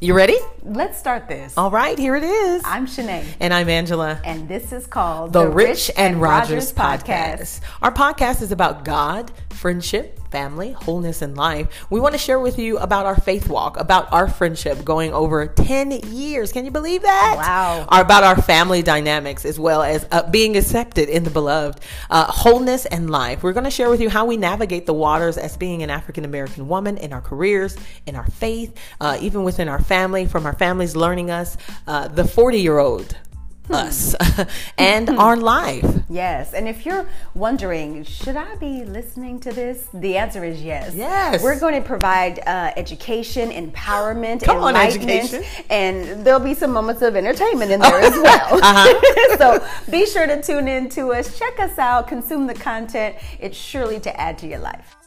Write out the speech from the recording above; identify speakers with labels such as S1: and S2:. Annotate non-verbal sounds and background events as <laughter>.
S1: You ready?
S2: Let's start this.
S1: All right, here it is.
S2: I'm Shanae,
S1: and I'm Angela.
S2: and this is called
S1: the Rich and Rogers podcast. Our podcast is about God, friendship, family, wholeness, and life. We want to share with you about our faith walk, about our friendship going over 10 years. Can you believe that?
S2: Wow.
S1: Our- about our family dynamics, as well as uh, being accepted in the beloved, uh, wholeness, and life. We're going to share with you how we navigate the waters as being an African American woman in our careers, in our faith, uh, even within our family, from our families learning us, uh, the 40 year old. Us <laughs> and our life.
S2: Yes, and if you're wondering, should I be listening to this? The answer is yes.
S1: Yes.
S2: We're going to provide uh, education, empowerment,
S1: Come on,
S2: enlightenment,
S1: education. Oh.
S2: and there'll be some moments of entertainment in there
S1: <laughs>
S2: as well.
S1: Uh-huh.
S2: <laughs> so be sure to tune in to us, check us out, consume the content. It's surely to add to your life.